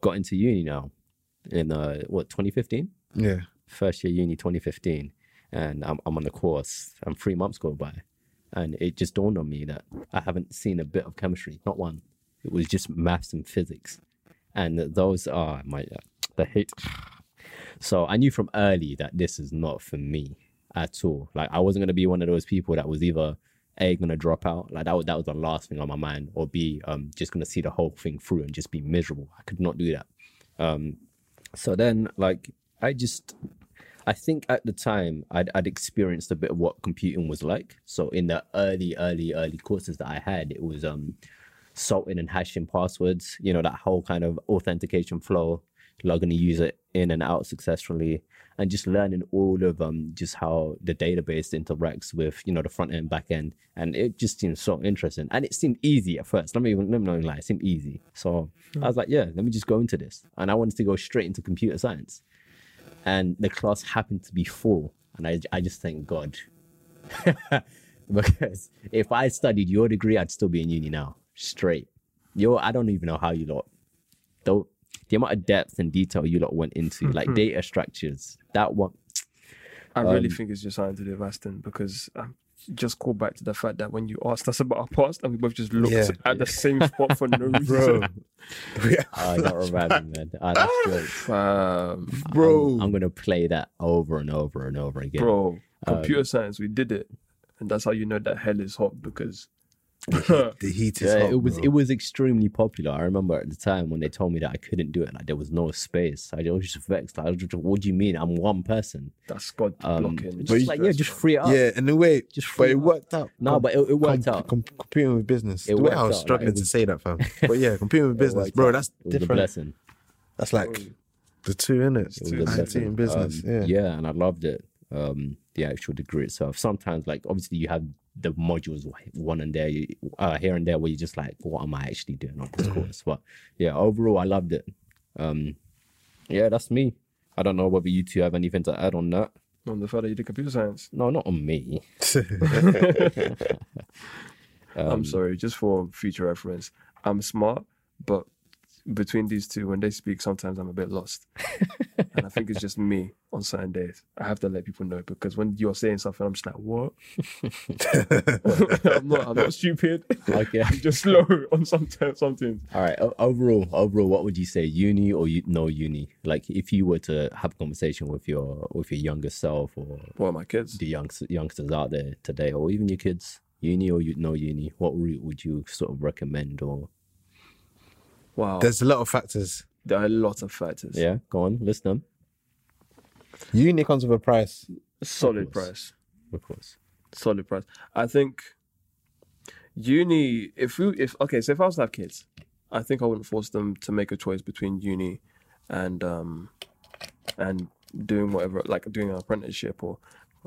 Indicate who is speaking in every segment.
Speaker 1: got into uni now in uh, what 2015,
Speaker 2: Yeah.
Speaker 1: first year uni 2015, and I'm I'm on the course. And three months go by, and it just dawned on me that I haven't seen a bit of chemistry, not one. It was just maths and physics, and those are my the hate. So I knew from early that this is not for me at all. Like I wasn't gonna be one of those people that was either a gonna drop out, like that was that was the last thing on my mind, or b um just gonna see the whole thing through and just be miserable. I could not do that. Um, so then like I just I think at the time I'd, I'd experienced a bit of what computing was like. So in the early, early, early courses that I had, it was um salting and hashing passwords, you know, that whole kind of authentication flow, logging the user in and out successfully, and just learning all of um just how the database interacts with, you know, the front end, back end. And it just seemed so interesting. And it seemed easy at first. Let me even let me not even lie, it seemed easy. So I was like, yeah, let me just go into this. And I wanted to go straight into computer science. And the class happened to be full. And I I just thank God because if I studied your degree, I'd still be in uni now, straight. Yo, I don't even know how you lot. The, the amount of depth and detail you lot went into,
Speaker 2: Hmm.
Speaker 1: like data structures, that one.
Speaker 3: I
Speaker 1: Um,
Speaker 3: really think it's just something to do with Aston because i just call back to the fact that when you asked us about our past and we both just looked
Speaker 2: Yeah.
Speaker 3: at the same spot for no
Speaker 2: Bro.
Speaker 3: reason.
Speaker 2: Yeah.
Speaker 1: I don't remember, man. Ah, that's jokes.
Speaker 3: Um,
Speaker 2: Bro.
Speaker 1: I'm, I'm gonna play that over and over and over again.
Speaker 3: bro, computer
Speaker 1: Um,
Speaker 3: science, we did it. And that's how you know that hell is hot because
Speaker 2: the heat is
Speaker 1: Yeah,
Speaker 2: hot,
Speaker 1: it was
Speaker 2: bro.
Speaker 1: it was extremely popular. I remember at the time when they told me that I couldn't do it, like there was no space. I was just vexed. Like, I was just, what do you mean? I'm one person.
Speaker 3: that's God
Speaker 1: Um,
Speaker 3: blocking.
Speaker 1: just like yeah, just free it up.
Speaker 2: yeah, in a way,
Speaker 1: Just
Speaker 2: but
Speaker 1: free
Speaker 2: it
Speaker 1: up.
Speaker 2: worked out.
Speaker 1: No, but it, it worked
Speaker 2: Com-
Speaker 1: out.
Speaker 2: com- competing with business.
Speaker 1: It
Speaker 2: The way
Speaker 1: worked
Speaker 2: I
Speaker 1: out,
Speaker 2: was
Speaker 1: like,
Speaker 2: struggling
Speaker 1: it
Speaker 2: to
Speaker 1: was-
Speaker 2: say that, fam. But yeah, competing with business,
Speaker 1: worked
Speaker 2: bro.
Speaker 1: out.
Speaker 2: That's
Speaker 1: It was a
Speaker 2: different.
Speaker 1: blessing.
Speaker 2: That's like the two in it.
Speaker 1: It was a
Speaker 2: IT
Speaker 1: blessing.
Speaker 2: and business.
Speaker 1: Um,
Speaker 2: yeah.
Speaker 1: and I loved it. Um, the actual degree itself. Sometimes, like obviously, you have the modules one and there, you- uh, here and there, where you're just like, what am I actually doing on this course? But yeah, overall, I loved it. Um, yeah, that's me. I don't know whether you two have anything to add on that.
Speaker 3: on the fact that you did computer science.
Speaker 1: No, not on me. Um,
Speaker 3: I'm sorry, just for future reference. I'm smart, but between these two, when they speak, sometimes I'm a bit lost. and I think it's just me on certain days. I have to let people know because when you're saying something, I'm just like, what? I'm not I'm not stupid.
Speaker 1: Okay.
Speaker 3: I'm just slow on some something.
Speaker 1: All right. o- Overall, overall, what would you say, uni or u- no uni? Like, if you were to have a conversation with your with your younger self or
Speaker 3: What are my kids?
Speaker 1: the youngs- youngsters out there today, or even your kids, uni or you, no uni, what route would you sort of recommend? Or
Speaker 3: Wow.
Speaker 2: There's a lot of factors.
Speaker 3: there are a lot of factors.
Speaker 1: yeah, go on, list them.
Speaker 2: Uni comes with a price.
Speaker 3: Solid
Speaker 1: Of course.
Speaker 3: price.
Speaker 1: Of course.
Speaker 3: Solid price. I think uni. If we, if okay, so if I was to have kids, I think I wouldn't force them to make a choice between uni and um and doing whatever, like doing an apprenticeship or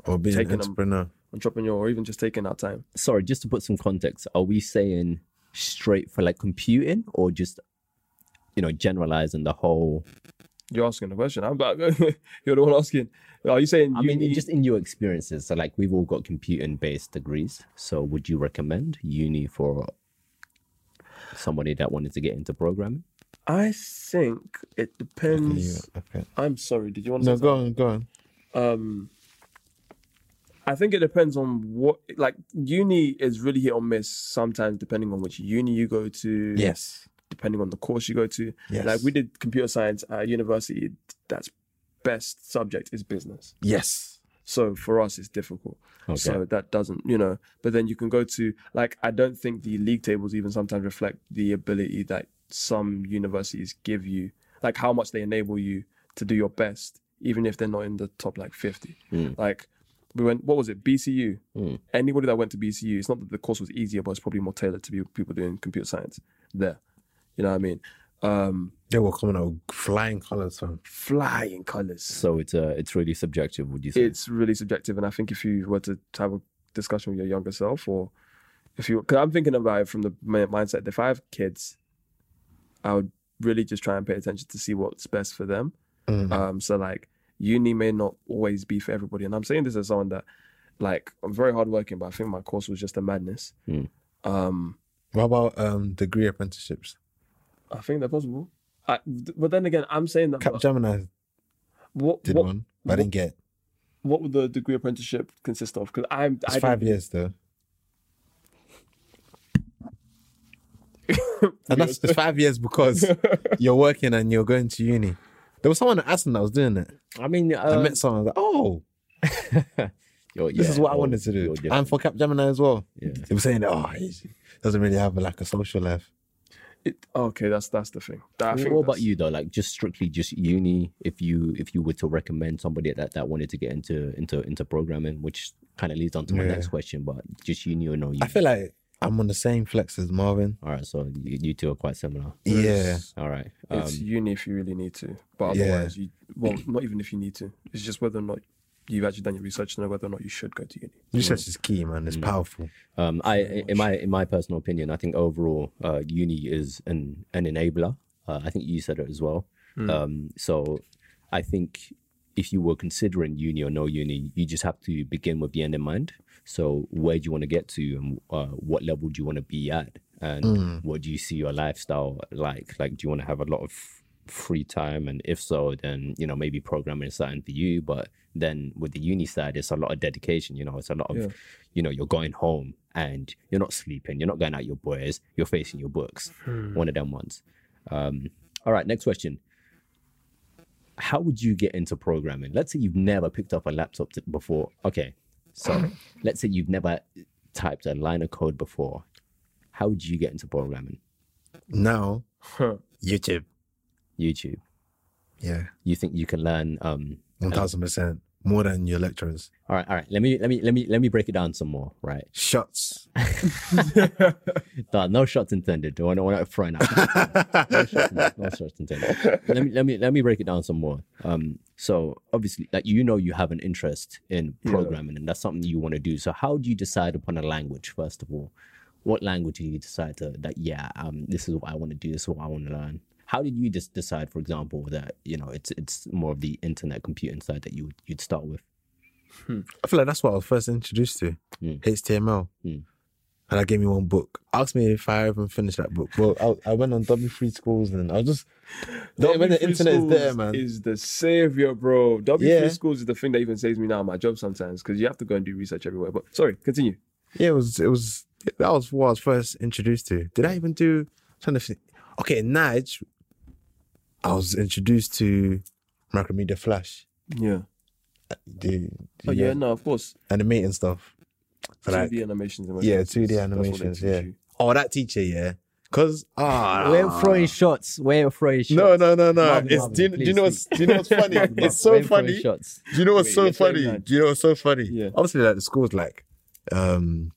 Speaker 2: Or being
Speaker 3: Taking
Speaker 2: an
Speaker 3: them-
Speaker 2: entrepreneur.
Speaker 3: entrepreneur, or even just taking our time.
Speaker 1: Sorry, just to put some context, are we saying straight for like computing, or just you know generalizing the whole?
Speaker 3: You're asking the question. I'm back. You're the one asking. Are you saying
Speaker 1: I
Speaker 3: uni?
Speaker 1: mean, just in your experiences, so like we've all got computing based degrees. So would you recommend uni for somebody that wanted to get into programming?
Speaker 3: I think it
Speaker 2: Mm.
Speaker 3: depends.
Speaker 2: Okay.
Speaker 3: I'm sorry. Did you want to?
Speaker 2: No,
Speaker 3: say
Speaker 2: go on, go on.
Speaker 3: um I think it depends on what like uni is really hit or miss sometimes depending on which uni you go to.
Speaker 2: Yes.
Speaker 3: Depending on the course you go to.
Speaker 2: Yes.
Speaker 3: Like we did computer science at university, that's best subject is business.
Speaker 2: Yes.
Speaker 3: So for us it's difficult.
Speaker 1: Okay.
Speaker 3: So that doesn't, you know, but then you can go to like I don't think the league tables even sometimes reflect the ability that some universities give you, like how much they enable you to do your best, even if they're not in the top like fifty.
Speaker 1: Mm.
Speaker 3: Like we went, what was it, BCU?
Speaker 1: Mm.
Speaker 3: Anybody that went to BCU, it's not that the course was easier, but it's probably more tailored to be, people doing computer science there. You know what I mean? Um,
Speaker 2: They were coming out with flying colors, fam.
Speaker 3: flying colors.
Speaker 1: So it's uh, it's really subjective. Would you say?
Speaker 3: it's really subjective and i think if you were to have a discussion with your younger self or if you because i'm thinking about it from the mi- mindset that if i have kids i would really just try and pay attention to see what's best for them
Speaker 2: Mm.
Speaker 3: um so like uni may not always be for everybody and i'm saying this as someone that like i'm very hardworking but i think my course was just a madness
Speaker 1: Mm.
Speaker 3: um
Speaker 2: What about um degree apprenticeships?
Speaker 3: i think they're possible I, but then again, I'm saying that. but
Speaker 2: Capgemini
Speaker 3: what,
Speaker 2: did
Speaker 3: what,
Speaker 2: one, but I didn't get. It.
Speaker 3: what would the degree apprenticeship consist of? Because I'm
Speaker 2: It's
Speaker 3: I don't-
Speaker 2: five years though. and that's it's five years because you're working and you're going to uni. There was someone at Aston that was doing it.
Speaker 1: I mean,
Speaker 2: I
Speaker 1: uh,
Speaker 2: met someone I was like, oh,
Speaker 1: you're-
Speaker 2: this is
Speaker 1: yeah,
Speaker 2: what I
Speaker 1: you're-
Speaker 2: wanted to do.
Speaker 1: you're different.
Speaker 2: And for Capgemini as well.
Speaker 1: Yeah.
Speaker 2: They were saying, oh, he doesn't really have like a social life.
Speaker 3: It, okay, that's that's the thing. That, I think
Speaker 1: what about
Speaker 3: that's-
Speaker 1: you though? Like just strictly just uni. If you if you were to recommend somebody that that wanted to get into into into programming, which kind of leads on to my
Speaker 2: Yeah.
Speaker 1: next question, but just uni or no uni?
Speaker 2: I feel like I'm on the same flex as Marvin.
Speaker 1: All right, so you, you two are quite similar.
Speaker 2: Yeah.
Speaker 1: All right.
Speaker 3: It's
Speaker 1: Um,
Speaker 3: uni if you really need to, but
Speaker 2: Yeah.
Speaker 3: otherwise, you, well, not even if you need to. It's just whether or not you've actually done your research to know whether or not you should go to uni.
Speaker 2: Research is key, man. It's powerful.
Speaker 1: um, I in my in my personal opinion, I think overall uh, uni is an an enabler. Uh, I think you said it as well. Um, so I think if you were considering uni or no uni, you just have to begin with the end in mind. So where do you want to get to, and uh, what level do you want to be at, and
Speaker 2: Mm.
Speaker 1: what do you see your lifestyle like? Like, do you want to have a lot of free time? And if so, then you know maybe programming is something for you. But then with the uni side, it's a lot of dedication. You know, it's a lot of
Speaker 3: Yeah.
Speaker 1: you know you're going home and you're not sleeping, you're not going out with your boys, you're facing your books. One of them ones. Um, all right, next question how would you get into programming? Let's say you've never picked up a laptop t- before. Okay, so let's say you've never typed a line of code before. How would you get into programming?
Speaker 2: Now,
Speaker 3: Huh.
Speaker 2: YouTube.
Speaker 1: YouTube.
Speaker 2: Yeah.
Speaker 1: You think you can learn? Um,
Speaker 2: 1000%. More than your lecturers.
Speaker 1: all right, all right. Let me let me let me let me break it down some more. Right?
Speaker 2: Shots.
Speaker 1: No, no shots intended. We're not, we're not throwing out. no shots intended. No shots intended. Let me let me let me break it down some more. Um, so obviously, like you know, you have an interest in programming, and that's something you want to do. So how do you decide upon a language first of all? What language do you decide to that? Yeah, um, this is what I want to do. This is what I want to learn. How did you just decide, for example, that you know it's it's more of the internet computing side that you would you'd start with?
Speaker 2: I feel like that's what I was first introduced to
Speaker 1: Mm.
Speaker 2: HTML.
Speaker 1: Mm.
Speaker 2: And that gave me one book. Ask me if I even finished that book. Well, I, I went on W free schools and I was just
Speaker 3: W
Speaker 2: when the
Speaker 3: Free
Speaker 2: internet is there,
Speaker 3: Schools
Speaker 2: man.
Speaker 3: is the savior, bro. W
Speaker 2: Yeah.
Speaker 3: free schools is the thing that even saves me now at my job sometimes because you have to go and do research everywhere. But sorry, continue.
Speaker 2: yeah, it was it was that was what I was first introduced to. Did I even do I'm trying to think? Okay, Nige. I was introduced to Macromedia Flash,
Speaker 3: Yeah.
Speaker 2: the, the
Speaker 3: Oh yeah,
Speaker 2: uh,
Speaker 3: no, of course.
Speaker 2: animating stuff. So,
Speaker 3: 2D
Speaker 2: like,
Speaker 3: animations. And
Speaker 2: yeah,
Speaker 3: references.
Speaker 2: 2D
Speaker 3: That's what they
Speaker 2: animations.
Speaker 3: teach
Speaker 2: Yeah.
Speaker 3: you.
Speaker 2: Oh, that teacher, yeah. Cause ah,
Speaker 1: We're throwing shots. We're throwing shots.
Speaker 2: No, no, no, no.
Speaker 1: Love,
Speaker 2: it's
Speaker 1: love,
Speaker 2: do, you, do you know
Speaker 1: please,
Speaker 2: what's do you know what's funny? it's so
Speaker 1: We're throwing
Speaker 2: funny. Do
Speaker 1: Shots.
Speaker 2: you know what's
Speaker 3: Wait,
Speaker 2: so
Speaker 3: you're saying
Speaker 2: funny?
Speaker 3: that?
Speaker 2: Do you know what's so funny?
Speaker 3: Yeah.
Speaker 2: Obviously, like the school's like, um,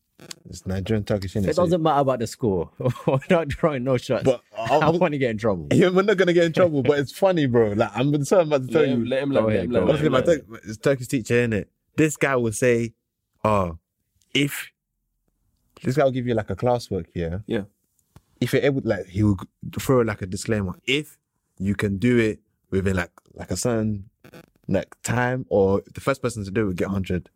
Speaker 2: it's Nigerian Turkish. innit?
Speaker 1: It
Speaker 2: So-
Speaker 1: doesn't matter about the score. We're not drawing no shots.
Speaker 2: But
Speaker 1: I,
Speaker 2: I, I,
Speaker 1: want to get in trouble.
Speaker 2: yeah, we're not gonna get in trouble. but it's funny, bro. Like I'm sorry, I'm about to tell
Speaker 3: Let him,
Speaker 2: you.
Speaker 3: let him,
Speaker 1: Go
Speaker 3: learn, let
Speaker 1: ahead,
Speaker 3: him
Speaker 1: go
Speaker 3: learn, let
Speaker 2: Obviously,
Speaker 3: him
Speaker 2: my
Speaker 3: learn.
Speaker 2: Tur- it's Turkish teacher, in it. This guy will say, "Oh, if this guy will give you like a classwork, yeah,
Speaker 3: Yeah.
Speaker 2: If you're able, like, he will throw like a disclaimer. If you can do it within like like a certain like time, or the first person to do it will get hundred.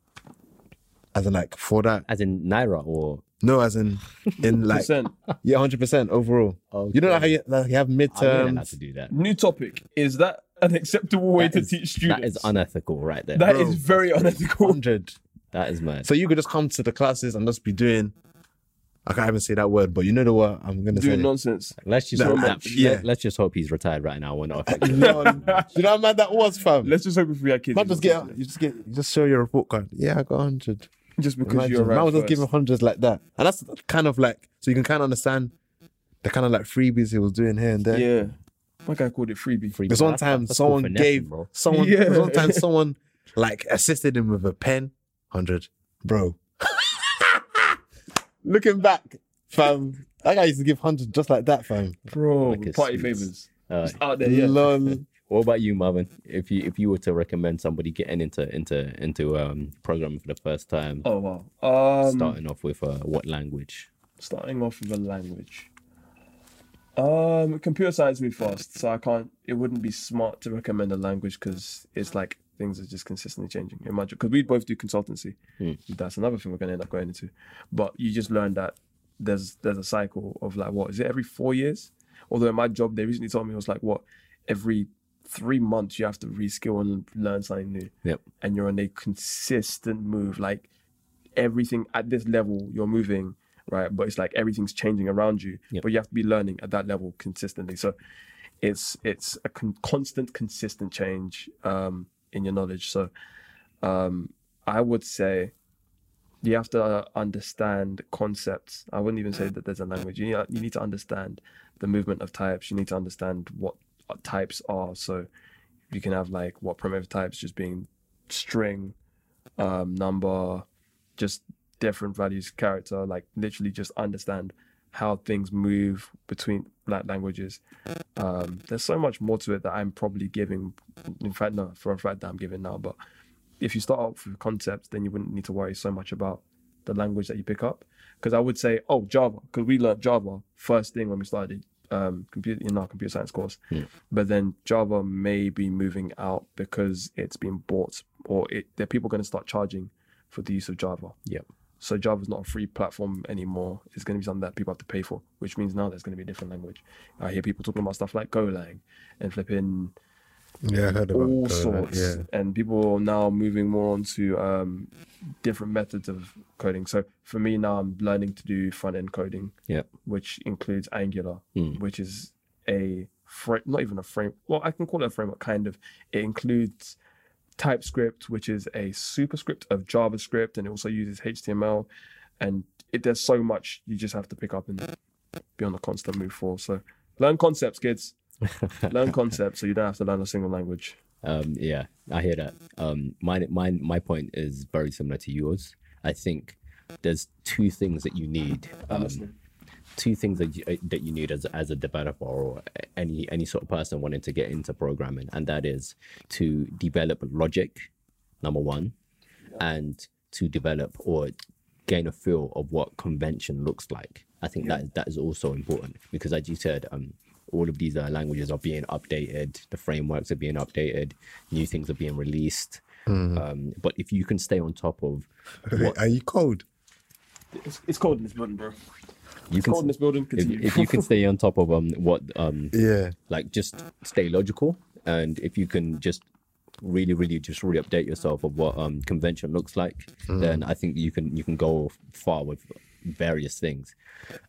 Speaker 2: As in, like for that,
Speaker 1: As in Naira or
Speaker 2: no, as in in like
Speaker 3: Percent.
Speaker 2: yeah, hundred percent overall. You know like, how you, like, you have
Speaker 1: I'm not allowed to
Speaker 2: midterms.
Speaker 1: do that.
Speaker 3: New topic. Is that an acceptable way
Speaker 1: That
Speaker 3: to
Speaker 1: is-
Speaker 3: teach
Speaker 1: That is
Speaker 3: students?
Speaker 1: unethical, right there.
Speaker 3: That
Speaker 2: Bro,
Speaker 3: is very unethical.
Speaker 2: Hundred.
Speaker 1: that is mad.
Speaker 2: So you could just come to the classes and just be doing. I can't even say that word, but you know the word I'm gonna
Speaker 3: Doing
Speaker 2: say.
Speaker 3: nonsense.
Speaker 1: let's just
Speaker 2: That-
Speaker 1: hope that,
Speaker 2: yeah.
Speaker 1: let, us just hope he's retired right now. We're not affected.
Speaker 2: No, you know how mad that was, fam.
Speaker 3: Let's just hope if we had kids.
Speaker 2: Man,
Speaker 3: we
Speaker 2: just
Speaker 3: wouldn't
Speaker 2: get
Speaker 3: do
Speaker 2: you just get you just show your report card. Yeah, I got hundred.
Speaker 3: that. just because
Speaker 2: Imagine,
Speaker 3: you're right.
Speaker 2: man was just
Speaker 3: first.
Speaker 2: giving hundreds like that, and that's kind of like so you can kind of understand the kind of like freebies he was doing here and there.
Speaker 3: Yeah. My guy called it freebie.
Speaker 1: Free-
Speaker 2: Because
Speaker 1: That's-
Speaker 2: one time
Speaker 1: that's called
Speaker 2: someone
Speaker 1: finessing,
Speaker 2: gave
Speaker 1: bro.
Speaker 2: someone.
Speaker 3: Yeah.
Speaker 2: Because one time someone like assisted him with a pen. Hundred, bro. Looking back, fam, that guy used to give hundred just like that, fam.
Speaker 3: Bro,
Speaker 1: Like a
Speaker 3: party
Speaker 1: sweet-
Speaker 3: favors.
Speaker 1: Uh,
Speaker 3: It's out there, yeah.
Speaker 2: Lol.
Speaker 1: what about you, Marvin? If you if you were to recommend somebody getting into into into um programming for the first time,
Speaker 3: Oh wow. Um, starting.
Speaker 1: starting off with uh, what language?
Speaker 3: off with a language. Um, computer science moved fast, so I can't. It wouldn't be smart to recommend a language because it's like things are just consistently changing. Imagine because we both do consultancy. That's another thing we're gonna end up going into. But you just learn that there's there's a cycle of like what is it every four years? Although in my job, they recently told me it was like what every three months you have to reskill and learn something new.
Speaker 1: Yep.
Speaker 3: And you're on a consistent move, like everything at this level you're moving, right? But it's like everything's changing around you,
Speaker 1: Yep.
Speaker 3: but you have to be learning at that level consistently. So it's it's a con- constant, consistent change um, in your knowledge. So um, I would say you have to understand concepts. I wouldn't even say that there's a language. You need, you need to understand the movement of types. You need to understand what types are. So you can have like what primitive types just being string, um, number, just different values, character, like literally just understand how things move between like languages. Um, there's so much more to it that I'm probably giving. In fact, no, for a fact that I'm giving now, but if you start off with concepts, then you wouldn't need to worry so much about the language that you pick up. Because I would say, oh, Java, because we learned Java first thing when we started um, computer in our computer science course.
Speaker 1: Yeah.
Speaker 3: But then Java may be moving out because it's been bought, or it, there are people going to start charging for the use of Java.
Speaker 1: Yep.
Speaker 3: So Java's not a free platform anymore. It's going to be something that people have to pay for, which means now there's going to be a different language. I hear people talking about stuff like Golang and flipping
Speaker 2: Yeah, I heard about
Speaker 3: all
Speaker 2: Golang,
Speaker 3: sorts,
Speaker 2: Yeah.
Speaker 3: and people are now moving more on to um, different methods of coding. So for me now, I'm learning to do front end coding,
Speaker 1: Yep.
Speaker 3: which includes Angular,
Speaker 2: Hmm.
Speaker 1: Mm.
Speaker 3: which is a fra- not even a frame. Well, I can call it a framework, kind of. It includes TypeScript, which is a superscript of JavaScript, and it also uses HTML. And it, there's so much you just have to pick up and be on a constant move for. So learn concepts, kids. learn concepts, so you don't have to learn a single language.
Speaker 1: Um, yeah, I hear that. Um, my my my point is very similar to yours. I think there's two things that you need. Um, two things that you, uh, that you need as as a developer or a- any any sort of person wanting to get into programming, and that is to develop logic, number one, and to develop or gain a feel of what convention looks like. I think that that is also important because, as you said, um, all of these uh, languages are being updated. The frameworks are being updated. New things are being released. Um, but if you can stay on top of,
Speaker 2: Wait, are you cold?
Speaker 3: It's, it's cold in this building, bro.
Speaker 1: you
Speaker 3: It's
Speaker 1: can
Speaker 3: cold in this building.
Speaker 1: if,
Speaker 3: Continue.
Speaker 1: if you can stay on top of um what um
Speaker 2: Yeah.
Speaker 1: like just stay logical and if you can just really really just really update yourself of what um convention looks like then i think you can you can go far with various things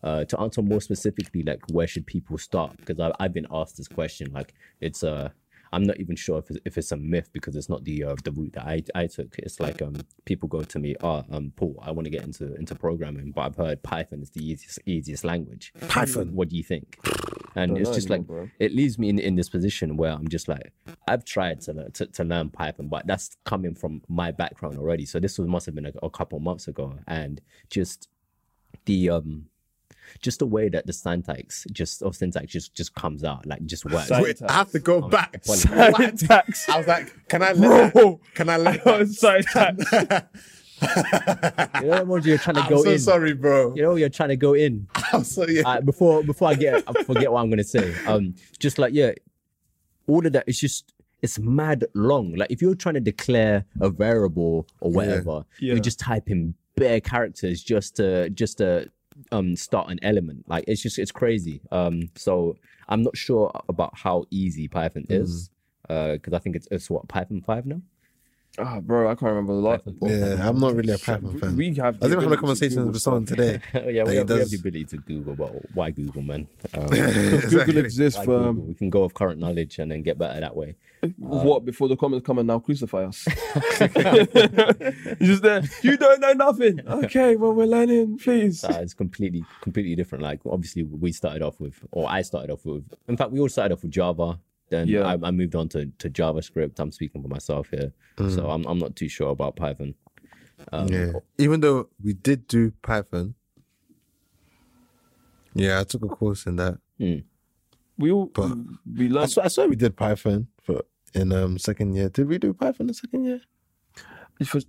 Speaker 1: uh to answer more specifically like where should people start because I, i've been asked this question like it's uh i'm not even sure if it's, if it's a myth because it's not the uh, the route that i i took it's like um people go to me oh um paul i want to get into into programming but i've heard python is the easiest easiest language
Speaker 2: Python.
Speaker 1: what do you think and
Speaker 3: Don't
Speaker 1: it's
Speaker 3: know
Speaker 1: just like
Speaker 3: anymore, bro.
Speaker 1: it leaves me in, in this position where I'm just like, I've tried to, learn- to to learn Python, but that's coming from my background already. So this was must have been a, a couple months ago, and just the um, just the way that the syntax just or syntax just just comes out like just works.
Speaker 3: Syn-
Speaker 2: Wait, I have to go back. What?
Speaker 3: Syntax.
Speaker 2: I was like, can I let that?
Speaker 3: Bro.
Speaker 2: Can I let
Speaker 3: I'm
Speaker 2: that?
Speaker 3: sorry, tax.
Speaker 1: You know, when you're trying to
Speaker 2: I'm
Speaker 1: go
Speaker 2: so
Speaker 1: in.
Speaker 2: sorry, bro.
Speaker 1: You know, you're trying to go in.
Speaker 2: I'm so yeah.
Speaker 1: uh, before before I get I forget what I'm gonna say. Um, just like yeah, all of that is just it's mad long. Like if you're trying to declare a variable or whatever,
Speaker 3: Yeah.
Speaker 1: you just type in bare characters just to just to um start an element. Like it's just it's crazy. Um, so I'm not sure about how easy Python
Speaker 3: Mm-hmm.
Speaker 1: is. Uh, because I think it's it's what Python five now.
Speaker 3: Ah, bro, I can't remember a lot.
Speaker 2: Yeah, I'm not really a Python fan.
Speaker 3: We have.
Speaker 2: I was even having
Speaker 3: the
Speaker 2: a conversation
Speaker 3: ability
Speaker 2: with
Speaker 3: to
Speaker 2: someone today.
Speaker 1: yeah, we have, we
Speaker 2: That it
Speaker 1: have
Speaker 2: does-
Speaker 1: the ability to Google, but why Google, man? Um,
Speaker 3: Google, Google exists
Speaker 1: why
Speaker 3: for
Speaker 1: Google?
Speaker 3: um,
Speaker 1: We can go off current knowledge and then get better that way.
Speaker 3: what before the comments come and now crucify us. Just there. You don't know nothing. Okay, well we're learning. Please.
Speaker 1: Uh, it's completely completely different. Like obviously we started off with, or I started off with. In fact, we all started off with Java. Then
Speaker 3: Yeah.
Speaker 1: I, I moved on to, to JavaScript. I'm speaking for myself here, so I'm I'm not too sure about Python.
Speaker 2: Yeah. Even though we did do Python. Yeah, I took a course in that.
Speaker 3: We all
Speaker 2: But-
Speaker 3: we
Speaker 2: I
Speaker 3: learn.
Speaker 2: swear, I swear we did Python for in um second year. Did we do Python in second year?
Speaker 3: For,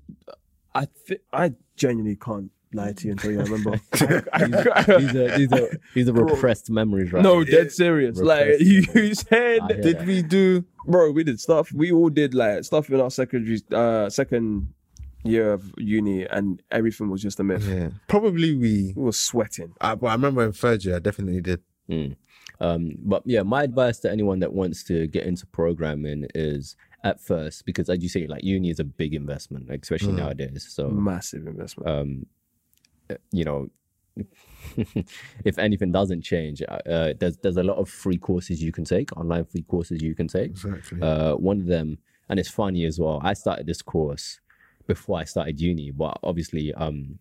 Speaker 3: I thi- I genuinely can't lie to you until you I remember. I- I-
Speaker 1: These are these are these are repressed memories, right?
Speaker 3: no, dead serious. Like
Speaker 1: Repressed
Speaker 3: you, you said,
Speaker 1: I hear
Speaker 2: Did
Speaker 1: that.
Speaker 2: we do
Speaker 3: bro, we did stuff. We all did like stuff in our secondary, uh, second year of uni, and everything was just a myth.
Speaker 2: Yeah. Probably we
Speaker 3: We were sweating.
Speaker 2: I, but I remember in third year I definitely did.
Speaker 1: Um, but yeah, my advice to anyone that wants to get into programming is at first, because as you say, like uni is a big investment, like, especially nowadays. So
Speaker 3: Massive investment.
Speaker 1: um, you know, if anything doesn't change, uh, uh, there's there's a lot of free courses you can take, online free courses you can take.
Speaker 2: Exactly.
Speaker 1: Uh, one of them, and it's funny as well. I started this course before I started uni, but obviously, um,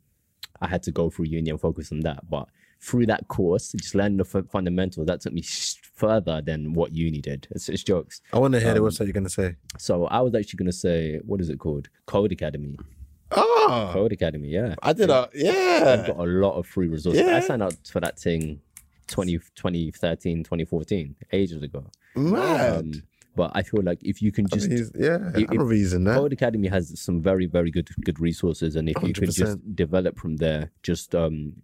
Speaker 1: I had to go through uni and focus on that. But through that course, just learning the f- fundamentals, that took me s- further than what uni did. It's, it's jokes.
Speaker 2: I want to hear the website you're gonna say.
Speaker 1: So I was actually gonna say, what is it called? Code Academy.
Speaker 2: Oh,
Speaker 1: Code Academy. Yeah.
Speaker 2: I did a
Speaker 1: I've
Speaker 2: yeah.
Speaker 1: got a lot of free resources. I
Speaker 2: Yeah.
Speaker 1: signed up for that thing 20, 2013, 2014, ages ago. Um,
Speaker 2: Mad.
Speaker 1: but I feel like if you can just
Speaker 2: He's- yeah,
Speaker 1: it-
Speaker 2: I'm not reason that.
Speaker 1: Code Academy has some very, very good good resources, and if you could just
Speaker 2: 100%.
Speaker 1: develop from there, just um,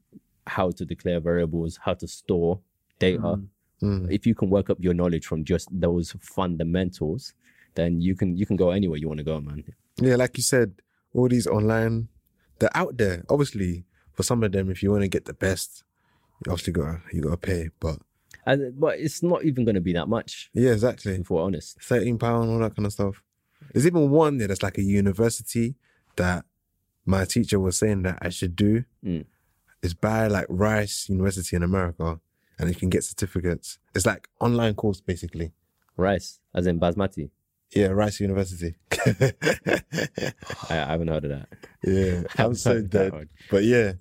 Speaker 1: how to declare variables, how to store data.
Speaker 2: Mm.
Speaker 1: If you can work up your knowledge from just those fundamentals, then you can you can go anywhere you want to go, man.
Speaker 2: Yeah, like you said, all these online, they're out there. Obviously, for some of them, if you want to get the best, you obviously got you got to pay. But
Speaker 1: And, but it's not even going to be that much,
Speaker 2: yeah, exactly,
Speaker 1: if we're honest.
Speaker 2: thirteen pound, all that kind of stuff. There's even one there that's like a university that my teacher was saying that I should do.
Speaker 1: Mm.
Speaker 2: It's by like Rice University in America, and you can get certificates. It's like online course basically.
Speaker 1: Rice, as in basmati.
Speaker 2: Yeah, Rice University.
Speaker 1: I, I haven't heard of that.
Speaker 2: Yeah, I'm so
Speaker 1: That
Speaker 2: dead.
Speaker 1: one.
Speaker 2: But yeah,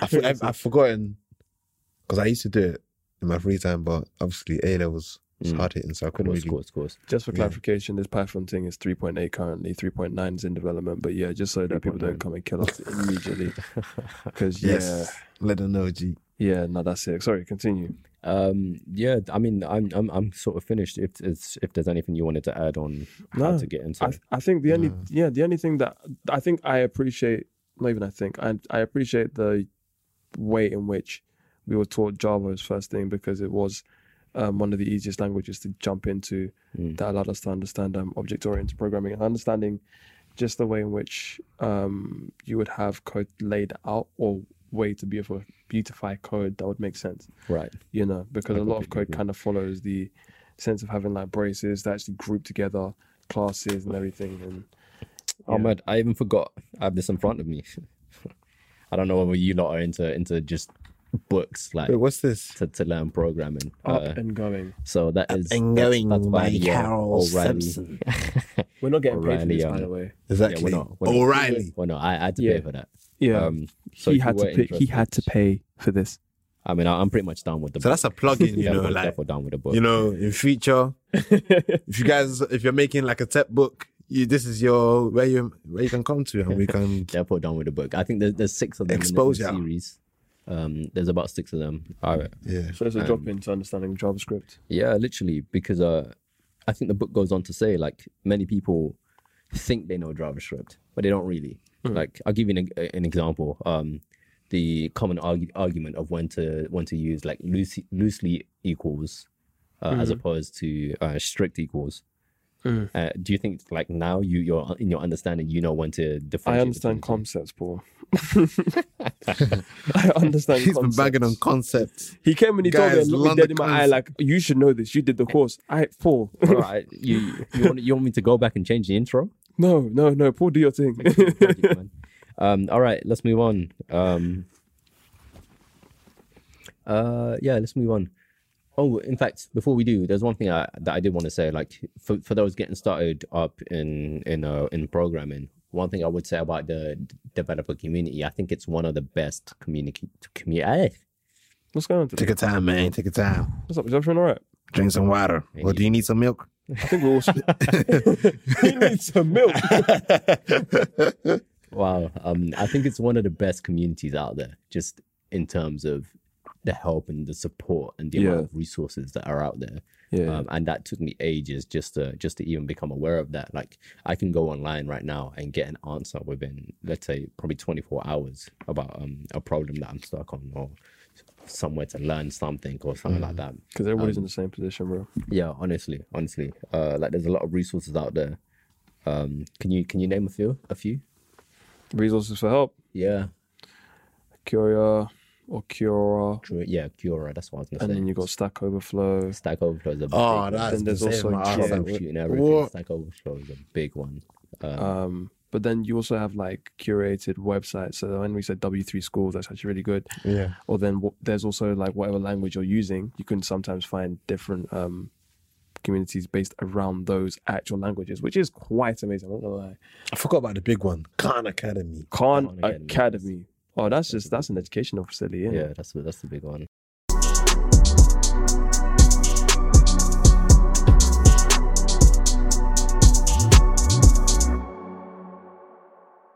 Speaker 2: I feel, I've, I've forgotten because I used to do it in my free time, but obviously A levels was
Speaker 1: Mm.
Speaker 2: hard hitting, so I
Speaker 1: Of
Speaker 2: couldn't
Speaker 1: course,
Speaker 2: really.
Speaker 1: course, course.
Speaker 3: Just for
Speaker 2: Yeah.
Speaker 3: clarification, this Python thing is 3.8 currently, 3.9 is in development. But yeah, just so that people don't come and kill us immediately. Because yeah,
Speaker 2: Yes, let them know, G.
Speaker 3: yeah, no, that's it. Sorry, continue.
Speaker 1: Um, yeah, I mean, I'm, I'm, I'm sort of finished. If it's, if there's anything you wanted to add on how
Speaker 3: No,
Speaker 1: to get into,
Speaker 3: I,
Speaker 1: it.
Speaker 3: I think the only yeah the only thing that I think I appreciate not even I think I I appreciate the way in which we were taught Java as first thing because it was um, one of the easiest languages to jump into
Speaker 1: Mm.
Speaker 3: that allowed us to understand um, object oriented programming and understanding just the way in which um, you would have code laid out or way to beautify beautify code that would make sense
Speaker 1: right?
Speaker 3: you know, because
Speaker 1: I
Speaker 3: a lot of
Speaker 1: completely
Speaker 3: code
Speaker 1: agree.
Speaker 3: kind of follows the sense of having like braces that actually group together classes and everything. And
Speaker 1: Oh man, I even forgot I have this in front of me. I don't know whether you lot are into into just books like
Speaker 2: Wait, Oh, what's this?
Speaker 1: to, to learn programming.
Speaker 3: up
Speaker 1: Uh,
Speaker 3: and going.
Speaker 1: so that is
Speaker 2: and
Speaker 1: that's-
Speaker 2: going
Speaker 1: that's by
Speaker 2: by
Speaker 1: the, uh,
Speaker 2: Carol
Speaker 1: O'Reilly.
Speaker 2: Simpson.
Speaker 3: We're not getting paid for
Speaker 1: O'Reilly,
Speaker 3: this,
Speaker 1: um,
Speaker 3: by the way.
Speaker 1: Yeah,
Speaker 2: Exactly.
Speaker 1: we're not. We're not-
Speaker 2: O'Reilly.
Speaker 1: Well, no, I, I had to
Speaker 3: Yeah.
Speaker 1: pay for that.
Speaker 3: Yeah,
Speaker 1: Um, so if
Speaker 3: he
Speaker 1: you
Speaker 3: had to
Speaker 1: were
Speaker 3: pay. He had to
Speaker 1: interested-
Speaker 3: pay for this.
Speaker 1: I mean, I, I'm pretty much done with the.
Speaker 2: So
Speaker 1: book.
Speaker 2: that's a plug-in, you
Speaker 1: Yeah,
Speaker 2: know,
Speaker 1: we're
Speaker 2: like
Speaker 1: definitely done with the book.
Speaker 2: you know, in future, if you guys, if you're making like a tech book, you this is your where you where you can come to, and we can.
Speaker 1: Therefore, done with the book. I think there's, there's six of them
Speaker 2: Exposure.
Speaker 1: in the series. Um, there's about six of them. Uh,
Speaker 2: Yeah,
Speaker 3: So
Speaker 1: Um,
Speaker 3: there's a drop into understanding JavaScript.
Speaker 1: Yeah, literally, because uh, I think the book goes on to say like many people think they know JavaScript, but they don't really.
Speaker 3: Hmm.
Speaker 1: Like, I'll give you an, an example. Um, the common argu- argument of when to when to use like loosely, loosely equals uh, as
Speaker 3: Hmm.
Speaker 1: opposed to uh, strict equals. Uh, do you think like now you you're in your understanding you know when to define?
Speaker 3: I understand concepts, Paul. I understand
Speaker 2: he's been
Speaker 3: concepts.
Speaker 2: bagging on concepts.
Speaker 3: He came and he told me
Speaker 2: Guys,
Speaker 3: and looked me dead in my
Speaker 2: London
Speaker 3: eye like, "You should know this. You did the course." I Paul.
Speaker 1: Alright, you you want you want me to go back and change the intro?
Speaker 3: no, no, no. Paul, do your thing.
Speaker 1: Project, man. um, all right, let's move on. Um, uh, yeah, let's move on. Oh, in fact, before we do, there's one thing I, that I did want to say. Like for, for those getting started up in in uh, in programming, one thing I would say about the d- developer community, I think it's one of the best eh, community community.
Speaker 3: What's going on
Speaker 2: Take
Speaker 3: today?
Speaker 2: your time, man. Take your time.
Speaker 3: What's up? Is everything all right?
Speaker 2: Drink some water. Or do you need some milk?
Speaker 3: I think we're all. he needs some milk.
Speaker 1: Wow, um, I think it's one of the best communities out there, just in terms of the help and the support and the amount
Speaker 3: Yeah.
Speaker 1: of resources that are out there.
Speaker 3: Yeah.
Speaker 1: um, and that took me ages just to just to even become aware of that like i can go online right now and get an answer within let's say probably 24 hours about um, a problem that i'm stuck on or somewhere to learn something or something
Speaker 3: Mm.
Speaker 1: like that
Speaker 3: Because everybody's
Speaker 1: um,
Speaker 3: in the same position, bro.
Speaker 1: yeah honestly honestly uh, like there's a lot of resources out there um, can you can you name a few a few
Speaker 3: Resources for help.
Speaker 1: yeah
Speaker 3: Curia, or Cura,
Speaker 1: Dru- yeah, Cura. That's what I was gonna
Speaker 3: and
Speaker 1: say.
Speaker 3: then you got Ah, Stack Overflow.
Speaker 1: Stack Overflow is a big
Speaker 2: Oh,
Speaker 1: one.
Speaker 2: that's
Speaker 3: Then there's
Speaker 2: insane,
Speaker 3: also
Speaker 2: man. I was like,
Speaker 1: troubleshooting and
Speaker 2: what?
Speaker 1: everything. Stack Overflow is a big one. Um,
Speaker 3: Um, but then you also have like curated websites. So when we said W3 schools, that's actually really good.
Speaker 2: Yeah.
Speaker 3: Or then wh- there's also like whatever language you're using, you can sometimes find different um, communities based around those actual languages, which is quite amazing. I'm not gonna lie.
Speaker 2: I forgot about the big one, Khan Academy.
Speaker 3: Khan
Speaker 1: Khan Academy,
Speaker 3: Academy. Oh, that's just
Speaker 1: a
Speaker 3: that's an educational facility.
Speaker 1: yeah.
Speaker 3: is yeah.
Speaker 1: that's the- that's the big one.